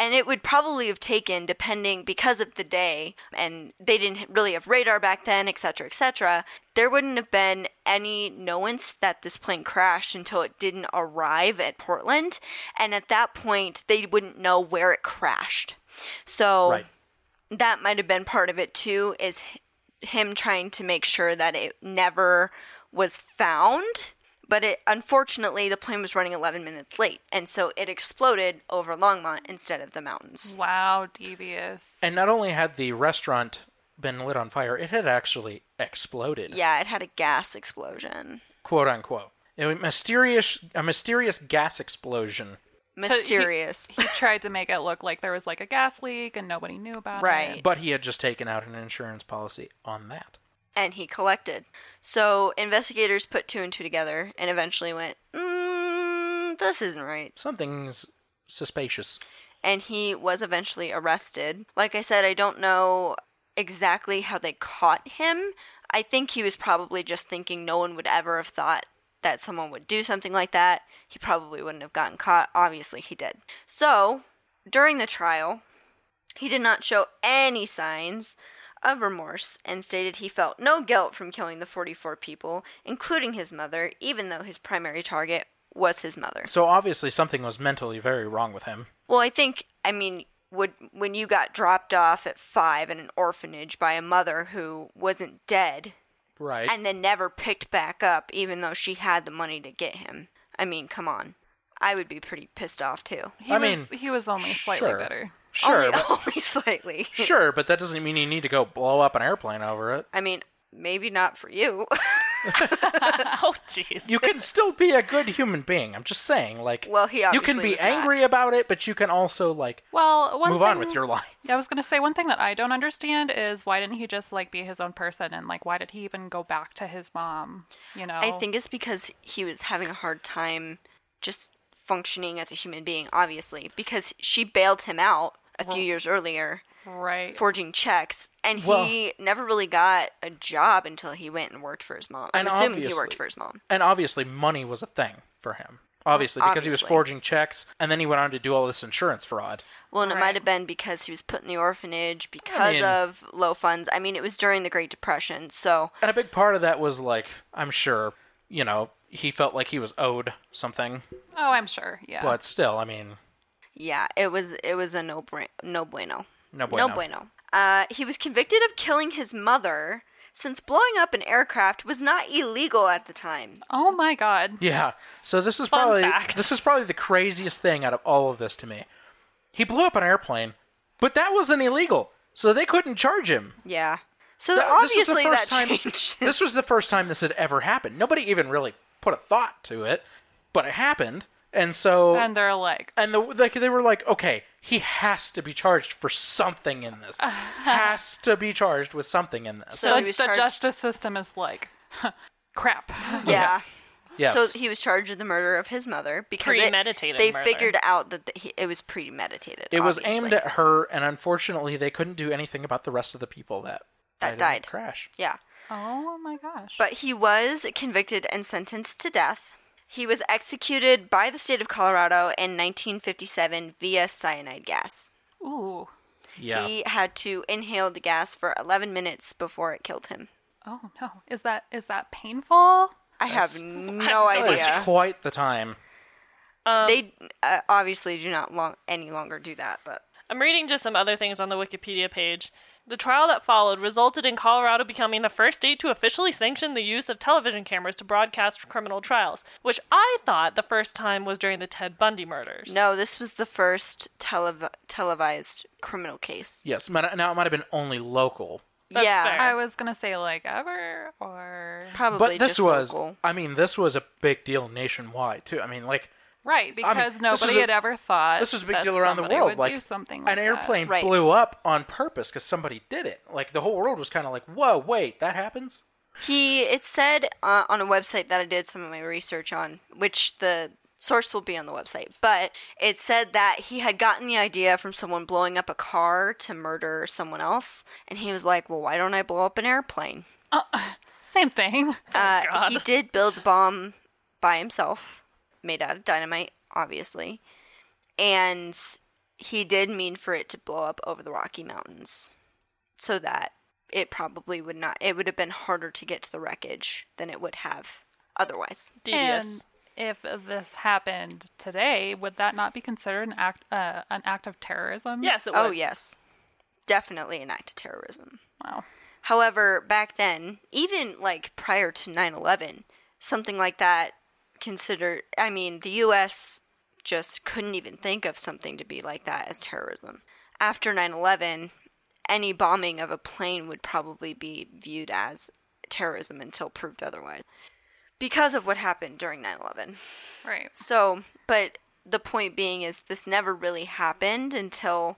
Speaker 1: and it would probably have taken depending because of the day and they didn't really have radar back then etc etc there wouldn't have been any knowance that this plane crashed until it didn't arrive at portland and at that point they wouldn't know where it crashed so
Speaker 2: Right.
Speaker 1: that might have been part of it too is h- him trying to make sure that it never was found but it unfortunately the plane was running 11 minutes late and so it exploded over longmont instead of the mountains
Speaker 4: Wow, devious.
Speaker 2: And not only had the restaurant been lit on fire, it had actually exploded.
Speaker 1: yeah it had a gas explosion
Speaker 2: Quote unquote. A mysterious a mysterious gas explosion.
Speaker 4: So he-
Speaker 1: mysterious
Speaker 4: he, tried to make it look like there was like a gas leak and nobody knew about it.
Speaker 1: Right.
Speaker 2: But he had just taken out an insurance policy on that.
Speaker 1: and he collected so investigators put two and two together and eventually went mm, this isn't right
Speaker 2: Something's suspicious.
Speaker 1: and he was eventually arrested. Like I said, I don't know exactly how they caught him. I think he was probably just thinking no one would ever have thought that someone would do something like that. He probably wouldn't have gotten caught. Obviously, he did. So, during the trial, he did not show any signs of remorse and stated he felt no guilt from killing the 44 people, including his mother, even though his primary target was his mother.
Speaker 2: So obviously something was mentally very wrong with him.
Speaker 1: Well, I think I mean would when you got dropped off at five in an orphanage by a mother who wasn't dead
Speaker 2: Right.
Speaker 1: and then never picked back up, even though she had the money to get him. I mean, come on, I would be pretty pissed off too.
Speaker 4: He
Speaker 2: I
Speaker 4: was
Speaker 2: mean,
Speaker 4: he was only slightly
Speaker 2: sure.
Speaker 4: bitter.
Speaker 2: Sure,
Speaker 1: only,
Speaker 2: but,
Speaker 1: only slightly.
Speaker 2: sure, but that doesn't mean you need to go blow up an airplane over it.
Speaker 1: I mean, maybe not for you.
Speaker 3: oh, jeez.
Speaker 2: You can still be a good human being. I'm just saying, like,
Speaker 1: Well, he
Speaker 2: you can
Speaker 1: obviously
Speaker 2: be
Speaker 1: was not.
Speaker 2: angry about it, but you can also like
Speaker 4: Well, one
Speaker 2: move on
Speaker 4: thing-
Speaker 2: with your life.
Speaker 4: I was gonna say one thing that I don't understand is why didn't he just like be his own person and like why did he even go back to his mom? You know,
Speaker 1: I think it's because he was having a hard time just functioning as a human being. Obviously, because she bailed him out a few years earlier.
Speaker 4: right.
Speaker 1: forging checks, and
Speaker 2: Well-
Speaker 1: he never really got a job until he went and worked for his mom. I'm
Speaker 2: And
Speaker 1: assuming he
Speaker 2: obviously-
Speaker 1: worked for his mom.
Speaker 2: And obviously, money was a thing for him. Obviously, because he was
Speaker 1: Obviously.
Speaker 2: forging checks, and then he went on to do all this insurance fraud.
Speaker 1: Well, and it
Speaker 4: Right.
Speaker 1: might have been because he was put in the orphanage because
Speaker 2: mean-
Speaker 1: of low funds. I mean, it was during the Great Depression, so
Speaker 2: And a big part of that was like, I'm sure, you know, he felt like he was owed something,
Speaker 4: oh, I'm sure. Yeah.
Speaker 2: but still, I mean,
Speaker 1: yeah, it was it was a no bra- no bueno.
Speaker 2: no bueno.
Speaker 1: No bueno. Uh, he was convicted of killing his mother since blowing up an aircraft was not illegal at the time.
Speaker 4: oh my god.
Speaker 2: Yeah. So this is
Speaker 3: Fun
Speaker 2: probably
Speaker 3: fact.
Speaker 2: this is probably the craziest thing out of all of this to me. He blew up an airplane, but that wasn't illegal, so they couldn't charge him.
Speaker 1: Yeah. So
Speaker 2: Th- this was the
Speaker 1: obviously that
Speaker 2: first time-
Speaker 1: changed.
Speaker 2: this was the first time this had ever happened. Nobody even really put a thought to it, but it happened, and so
Speaker 4: And
Speaker 2: and,
Speaker 4: they're like,
Speaker 2: the like they were like, okay, he has to be charged for something in this. has to be charged with something in this.
Speaker 1: so
Speaker 4: the,
Speaker 1: he was
Speaker 4: the
Speaker 1: charged.
Speaker 4: justice system is like, crap.
Speaker 1: yeah.
Speaker 2: Yes.
Speaker 1: So he was charged with the murder of his mother because it-
Speaker 3: Premeditated
Speaker 1: they
Speaker 3: murder.
Speaker 1: figured out that the, he, it was premeditated.
Speaker 2: it was
Speaker 1: obviously.
Speaker 2: aimed at her, and unfortunately, they couldn't do anything about the rest of the people that
Speaker 1: That
Speaker 2: died. in
Speaker 1: died.
Speaker 2: the crash.
Speaker 1: Yeah,
Speaker 4: Oh my gosh.
Speaker 1: but he was convicted and sentenced to death. He was executed by the state of Colorado in 1957 via cyanide gas.
Speaker 4: Ooh.
Speaker 2: Yeah.
Speaker 1: He had to inhale the gas for 11 minutes before it killed him.
Speaker 4: Oh no. Is that is that painful?
Speaker 1: I have no
Speaker 3: I
Speaker 2: That
Speaker 3: don't
Speaker 2: was
Speaker 1: idea.
Speaker 2: quite the time.
Speaker 1: They uh, obviously do not long any longer do that, but
Speaker 3: I'm reading just some other things on the Wikipedia page. The trial that followed resulted in Colorado becoming the first state to officially sanction the use of television cameras to broadcast criminal trials, which I thought the first time was during the Ted Bundy murders.
Speaker 1: no, this was the first telev- televised criminal case.
Speaker 2: Yes. mi- Now it might have been only local,
Speaker 3: That's
Speaker 1: yeah,
Speaker 3: fair.
Speaker 4: I was gonna say like ever or
Speaker 1: probably
Speaker 2: but this
Speaker 1: just
Speaker 2: was.
Speaker 1: local.
Speaker 2: I mean, this was a big deal nationwide too. I mean, like
Speaker 4: Right, because
Speaker 2: this
Speaker 4: nobody
Speaker 2: was a-
Speaker 4: had ever thought
Speaker 2: this was a big
Speaker 4: that
Speaker 2: deal around the
Speaker 4: somebody
Speaker 2: world.
Speaker 4: would
Speaker 2: Like
Speaker 4: do something
Speaker 2: an
Speaker 4: like that.
Speaker 2: airplane
Speaker 1: Right.
Speaker 2: blew up on purpose because somebody did it. Like the whole world was kind of like, "Whoa, wait, that happens."
Speaker 1: He it said uh, on a website that I did some of my research on, which the source will be on the website, but it said that he had gotten the idea from someone blowing up a car to murder someone else, and he was like, "Well, why don't I blow up an airplane?"
Speaker 4: Same thing.
Speaker 1: Uh, he did build the bomb by himself, made out of dynamite, obviously, and he did mean for it to blow up over the Rocky Mountains, so that it probably would not. It would have been harder to get to the wreckage than it would have otherwise.
Speaker 3: Devious.
Speaker 4: And if this happened today, would that not be considered an act uh, an act of terrorism?
Speaker 3: yes, it would.
Speaker 1: Oh yes, definitely an act of terrorism.
Speaker 4: Wow.
Speaker 1: However, back then, even like prior to 9 11, something like that considered, I mean, the US just couldn't even think of something to be like that as terrorism. After 9 11, any bombing of a plane would probably be viewed as terrorism until proved otherwise because of what happened during 9 11.
Speaker 4: Right.
Speaker 1: So, but the point being is this never really happened until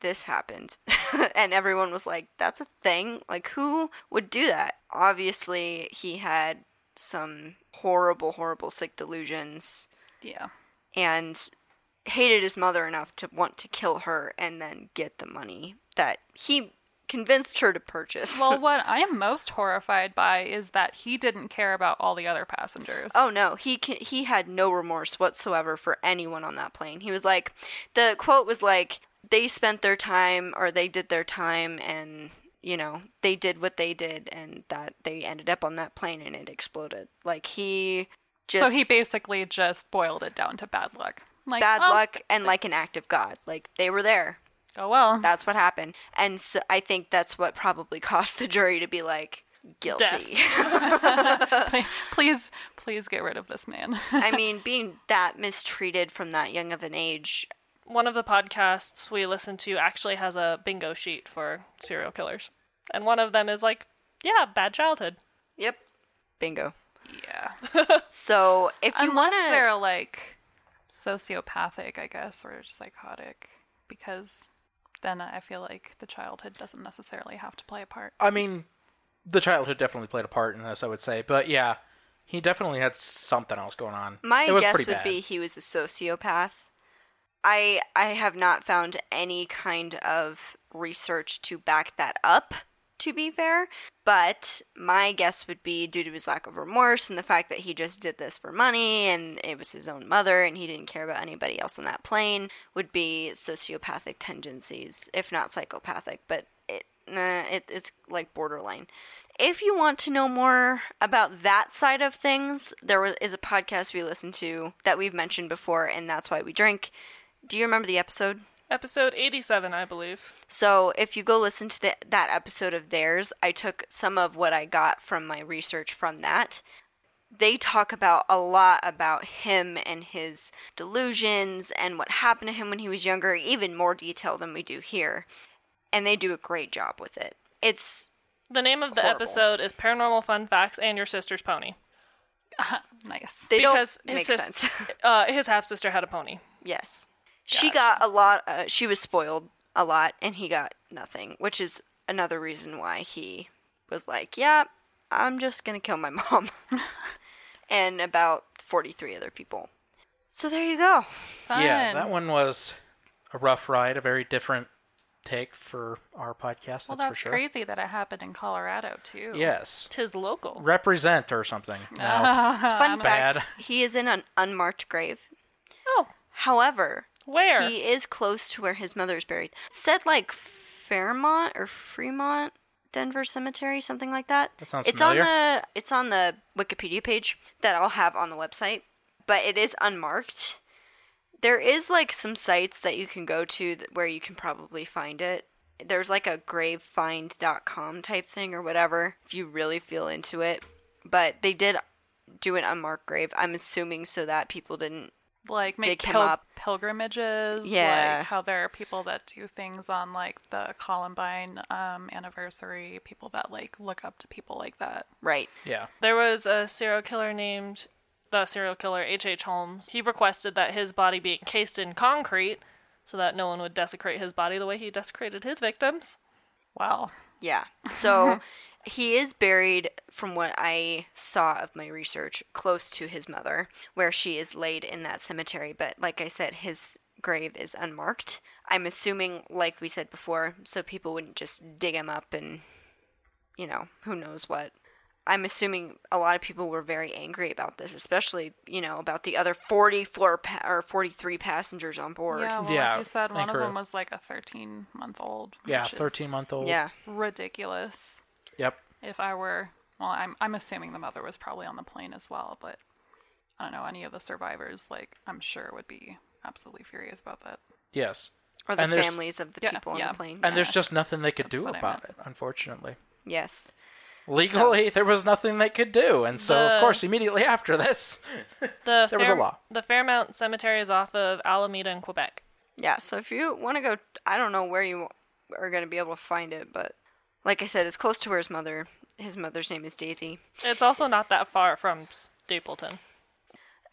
Speaker 1: this happened. and everyone was like, that's a thing. Like, who would do that? Obviously, he had some horrible, horrible sick delusions
Speaker 4: Yeah.
Speaker 1: and hated his mother enough to want to kill her and then get the money that he convinced her to purchase.
Speaker 4: Well, what I'm most horrified by is that he didn't care about all the other passengers.
Speaker 1: Oh no, he can, he had no remorse whatsoever for anyone on that plane. He was like, the quote was like, they spent their time or they did their time, and you know they did what they did, and that they ended up on that plane and it exploded. Like he just
Speaker 4: so he basically just boiled it down to bad luck. Like,
Speaker 1: bad
Speaker 4: oh,
Speaker 1: luck and like an act of God. Like they were there.
Speaker 4: Oh well.
Speaker 1: That's what happened, and so I think that's what probably caused the jury to be like guilty.
Speaker 4: please, please get rid of this man.
Speaker 1: I mean, being that mistreated from that young of an age,
Speaker 3: One of the podcasts we listen to actually has a bingo sheet for serial killers. And one of them is like, yeah, bad childhood.
Speaker 1: yep, bingo.
Speaker 4: yeah.
Speaker 1: So if you
Speaker 4: Unless
Speaker 1: want to,
Speaker 4: they're like sociopathic, I guess, or psychotic, because then I feel like the childhood doesn't necessarily have to play a part.
Speaker 2: I mean, the childhood definitely played a part in this, I would say. But yeah, he definitely had something else going on.
Speaker 1: my
Speaker 2: it was
Speaker 1: guess would
Speaker 2: pretty bad.
Speaker 1: be he was a sociopath. I I have not found any kind of research to back that up. To be fair, but my guess would be due to his lack of remorse and the fact that he just did this for money and it was his own mother and he didn't care about anybody else on that plane would be sociopathic tendencies, if not psychopathic. But it, nah, it it's like borderline. If you want to know more about that side of things, there was- is a podcast we listened to that we've mentioned before, and that's why we drink. Do you remember the episode?
Speaker 3: Episode 87, I believe.
Speaker 1: So if you go listen to the, that episode of theirs, I took some of what I got from my research from that. They talk about a lot about him and his delusions and what happened to him when he was younger, even more detail than we do here. And they do a great job with it. It's
Speaker 3: The name of the
Speaker 1: Horrible.
Speaker 3: episode is Paranormal Fun Facts and Your Sister's Pony.
Speaker 4: Nice.
Speaker 1: they
Speaker 3: Because
Speaker 1: don't make
Speaker 3: his, sis-
Speaker 1: sense.
Speaker 3: uh, his half sister had a pony.
Speaker 1: Yes. She got a lot. Uh, she was spoiled a lot, and he got nothing, which is another reason why he was like, "Yeah, I'm just gonna kill my mom," and about 43 other people. So there you go.
Speaker 4: Fun.
Speaker 2: Yeah, that one was a rough ride, a very different take for our podcast. That's,
Speaker 4: Well,
Speaker 2: for
Speaker 4: that's
Speaker 2: sure.
Speaker 4: crazy that it happened in Colorado too.
Speaker 2: Yes,
Speaker 3: Tis local.
Speaker 2: represent or something. No,
Speaker 1: Fun
Speaker 2: bad.
Speaker 1: fact: He is in an unmarked grave.
Speaker 3: Oh,
Speaker 1: However,
Speaker 3: Where?
Speaker 1: he is close to where his mother is buried. Said like Fairmont or Fremont, Denver Cemetery, something like that.
Speaker 2: That sounds
Speaker 1: it's on the it's on the Wikipedia page that I'll have on the website, but it is unmarked. There is like some sites that you can go to th- where you can probably find it. There's like a gravefind.com type thing or whatever if you really feel into it. But they did do an unmarked grave. I'm assuming so that people didn't
Speaker 4: Like make
Speaker 1: Dig him
Speaker 4: pil-
Speaker 1: up.
Speaker 4: pilgrimages.
Speaker 1: Yeah.
Speaker 4: Like how there are people that do things on like the Columbine um, anniversary. People that like look up to people like that.
Speaker 1: right.
Speaker 2: yeah,
Speaker 3: There was a serial killer named the serial killer H.H. Holmes, he requested that his body be encased in concrete so that no one would desecrate his body the way he desecrated his victims.
Speaker 4: Wow.
Speaker 1: Yeah. So he is buried, from what I saw of my research, close to his mother, where she is laid in that cemetery. But like I said, his grave is unmarked. I'm assuming, like we said before, so people wouldn't just dig him up and, you know, who knows what. I'm assuming a lot of people were very angry about this, especially, you know, about the other 44 pa- or 43 passengers on board.
Speaker 4: Yeah, well,
Speaker 2: Yeah,
Speaker 4: like you said,
Speaker 2: I
Speaker 4: one
Speaker 2: think
Speaker 4: of
Speaker 2: we're-
Speaker 4: them was like a 13 month old.
Speaker 2: Yeah,
Speaker 4: which is
Speaker 2: 13 month old.
Speaker 1: yeah.
Speaker 4: Ridiculous.
Speaker 2: Yep.
Speaker 4: If I were, well, I'm, I'm assuming the mother was probably on the plane as well, but I don't know, any of the survivors, like, I'm sure would be absolutely furious about that.
Speaker 2: Yes.
Speaker 1: Or the
Speaker 2: And there's-
Speaker 1: families of the
Speaker 4: Yeah,
Speaker 1: people on
Speaker 4: yeah.
Speaker 1: the plane.
Speaker 2: And there's just nothing they could do
Speaker 4: what I
Speaker 2: about it, unfortunately.
Speaker 1: yes.
Speaker 2: Legally, there was nothing they could do. And so,
Speaker 3: The-
Speaker 2: of course, immediately after this,
Speaker 3: The
Speaker 2: There was a law.
Speaker 3: The Fairmount Cemetery is off of Alameda in Quebec.
Speaker 1: Yeah, so if you want to go, I don't know where you are going to be able to find it, but like I said, it's close to where his mother. His mother's name is Daisy.
Speaker 3: It's also not that far from Stapleton.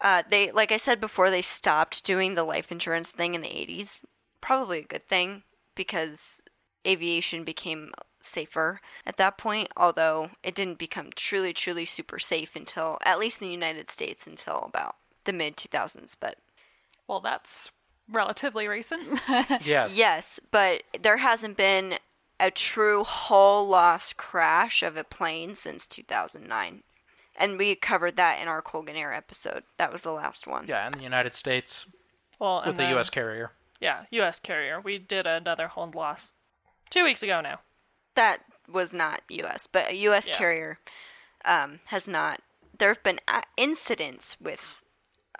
Speaker 1: Uh, they, like I said before, they stopped doing the life insurance thing in the '80s. Probably a good thing because aviation became safer at that point. Although it didn't become truly, truly super safe until at least in the United States until about the mid 2000s. But
Speaker 4: Well, that's relatively recent.
Speaker 2: yes.
Speaker 1: Yes, but there hasn't been a true whole loss crash of a plane since 2009. And we covered that in our Colgan Air episode. That was the last one.
Speaker 2: Yeah, in the United States
Speaker 3: Well,
Speaker 2: with
Speaker 3: and then-
Speaker 2: a U.S. carrier.
Speaker 3: yeah, U.S. carrier. We did another hold loss two weeks ago now.
Speaker 1: That was not U.S., but a U.S.
Speaker 3: Yeah.
Speaker 1: carrier um, has not. There have been a- incidents with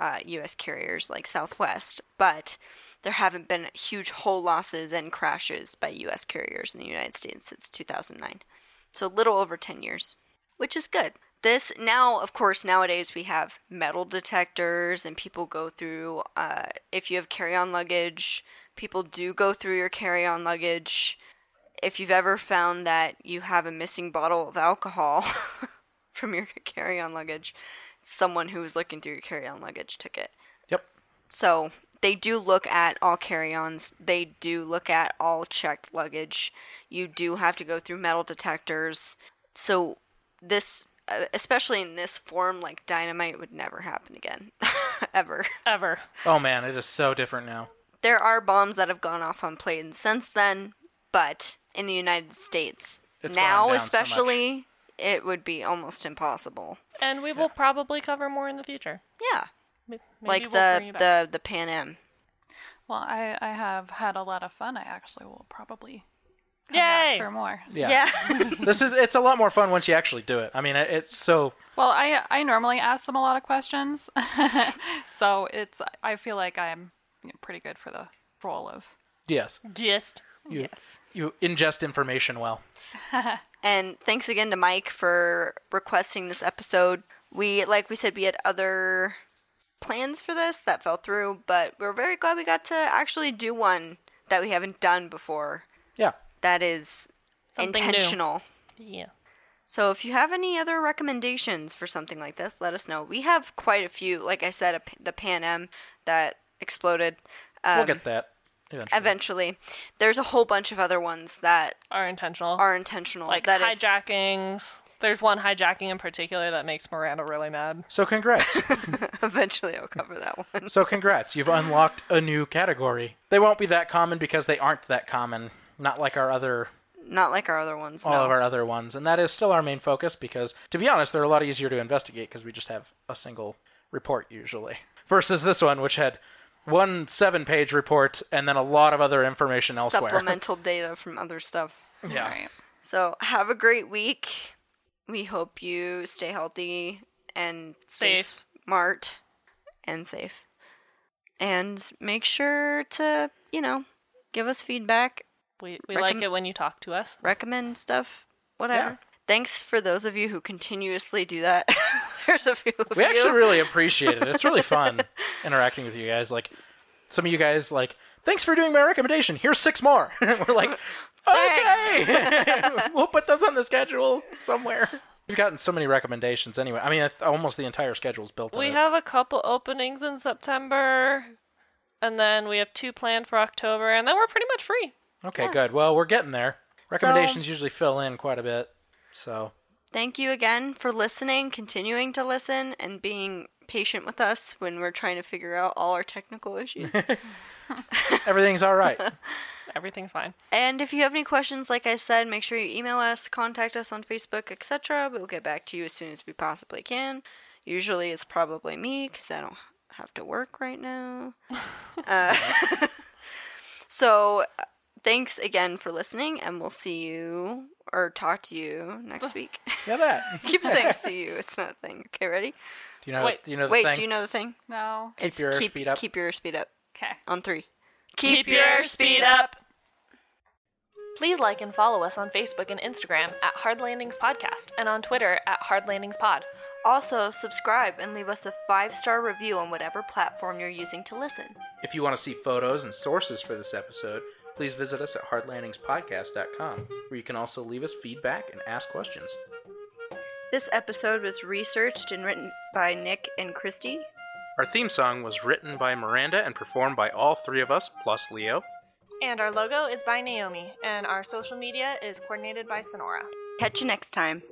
Speaker 1: uh, U.S. carriers like Southwest, but there haven't been huge whole losses and crashes by U.S. carriers in the United States since 2009. So a little over 10 years, which is good. This now, of course, nowadays we have metal detectors and people go through, uh, if you have carry on luggage, people do go through your carry on luggage. If you've ever found that you have a missing bottle of alcohol from your carry on luggage, someone who was looking through your carry on luggage took it.
Speaker 2: Yep.
Speaker 1: So they do look at all carry ons, they do look at all checked luggage. You do have to go through metal detectors. So this, uh, especially in this form, like dynamite would never happen again, ever.
Speaker 3: Ever.
Speaker 2: Oh, man, it is so different now.
Speaker 1: There are bombs that have gone off on planes since then, but in the United States,
Speaker 2: It's
Speaker 1: now
Speaker 2: gone down so much.
Speaker 1: especially, it would be almost impossible.
Speaker 3: And we will probably cover more in the future.
Speaker 1: Yeah,
Speaker 3: M- Maybe
Speaker 1: like
Speaker 3: we'll bring
Speaker 1: the
Speaker 3: you back.
Speaker 1: the the Pan Am.
Speaker 4: well, I, I have had a lot of fun. I actually will probably come
Speaker 3: Yay!
Speaker 4: back for more.
Speaker 2: Yeah.
Speaker 1: yeah.
Speaker 2: this is it's a lot more fun once you actually do it. I mean, it, it's so
Speaker 4: Well, I I normally ask them a lot of questions, so it's I feel like I'm you know, pretty good for the role of
Speaker 2: yes.
Speaker 3: gist.
Speaker 2: You, yes. You ingest information well.
Speaker 1: And thanks again to Mike for requesting this episode. We, like we said, we had other plans for this that fell through, but we're very glad we got to actually do one that we haven't done before.
Speaker 2: Yeah.
Speaker 1: That is
Speaker 3: Something new.
Speaker 1: intentional.
Speaker 3: Yeah.
Speaker 1: So if you have any other recommendations for something like this, let us know. We have quite a few. Like I said, a p the Pan Am that exploded. Um,
Speaker 2: We'll get that eventually.
Speaker 1: Eventually, there's a whole bunch of other ones that
Speaker 3: Are intentional.
Speaker 1: are intentional.
Speaker 3: like
Speaker 1: that if-
Speaker 3: hijackings. There's one hijacking in particular that makes Miranda really mad.
Speaker 2: So congrats.
Speaker 1: eventually, I'll cover that one.
Speaker 2: so congrats. You've unlocked a new category. They won't be that common because they aren't that common. Not like our other
Speaker 1: Not like our other ones.
Speaker 2: all
Speaker 1: no.
Speaker 2: of our other ones, and that is still our main focus because, to be honest, they're a lot easier to investigate because we just have a single report usually. Versus this one, which had one seven-page report and then a lot of other information elsewhere.
Speaker 1: supplemental data from other stuff.
Speaker 2: Yeah.
Speaker 1: So have a great week. We hope you stay healthy and stay
Speaker 3: Safe.
Speaker 1: smart and safe. And make sure to, you know, give us feedback,
Speaker 3: We, we
Speaker 1: Reckon-
Speaker 3: like it when you talk to us.
Speaker 1: recommend stuff, whatever.
Speaker 2: Yeah.
Speaker 1: Thanks for those of you who continuously do that. There's a few of
Speaker 2: We
Speaker 1: you.
Speaker 2: actually really appreciate it. It's really fun interacting with you guys. Like some of you guys like, thanks for doing my recommendation. Here's six more. We're like, okay, we'll put those on the schedule somewhere. We've gotten so many recommendations anyway. I mean, I th- almost the entire schedule's built on
Speaker 3: We
Speaker 2: it.
Speaker 3: have a couple openings in September, and then we have two planned for October, and then we're pretty much free.
Speaker 2: okay, good. Well, we're getting there. Recommendations usually fill in quite a bit. So,
Speaker 1: Thank you again for listening, continuing to listen, and being patient with us when we're trying to figure out all our technical issues.
Speaker 2: everything's all right.
Speaker 3: Everything's fine.
Speaker 1: and if you have any questions, like I said, make sure you email us, contact us on Facebook, etc. We'll get back to you as soon as we possibly can. Usually it's probably me because I don't have to work right now. uh, so uh, thanks again for listening, and we'll see you or talk to you next week.
Speaker 2: yeah, that.
Speaker 1: Keep saying see you. It's not a thing. Okay, ready?
Speaker 2: Do you know?
Speaker 3: Wait,
Speaker 2: do you know the
Speaker 1: Wait,
Speaker 2: thing?
Speaker 1: do you know the thing?
Speaker 4: No.
Speaker 1: Keep
Speaker 2: your
Speaker 1: keep,
Speaker 2: speed up.
Speaker 1: Keep your speed up.
Speaker 4: Okay.
Speaker 1: On three.
Speaker 3: Keep your speed up. Please like and follow us on Facebook and Instagram at Hard Landings Podcast and on Twitter at Hard Landings Pod.
Speaker 1: Also, subscribe and leave us a five star review on whatever platform you're using to listen.
Speaker 2: If you want to see photos and sources for this episode, please visit us at hardlandingspodcast.com, where you can also leave us feedback and ask questions.
Speaker 1: This episode was researched and written by Nick and Christy.
Speaker 2: Our theme song was written by Miranda and performed by all three of us, plus Leo.
Speaker 3: And our logo is by Naomi, and our social media is coordinated by Sonora.
Speaker 1: Catch you next time.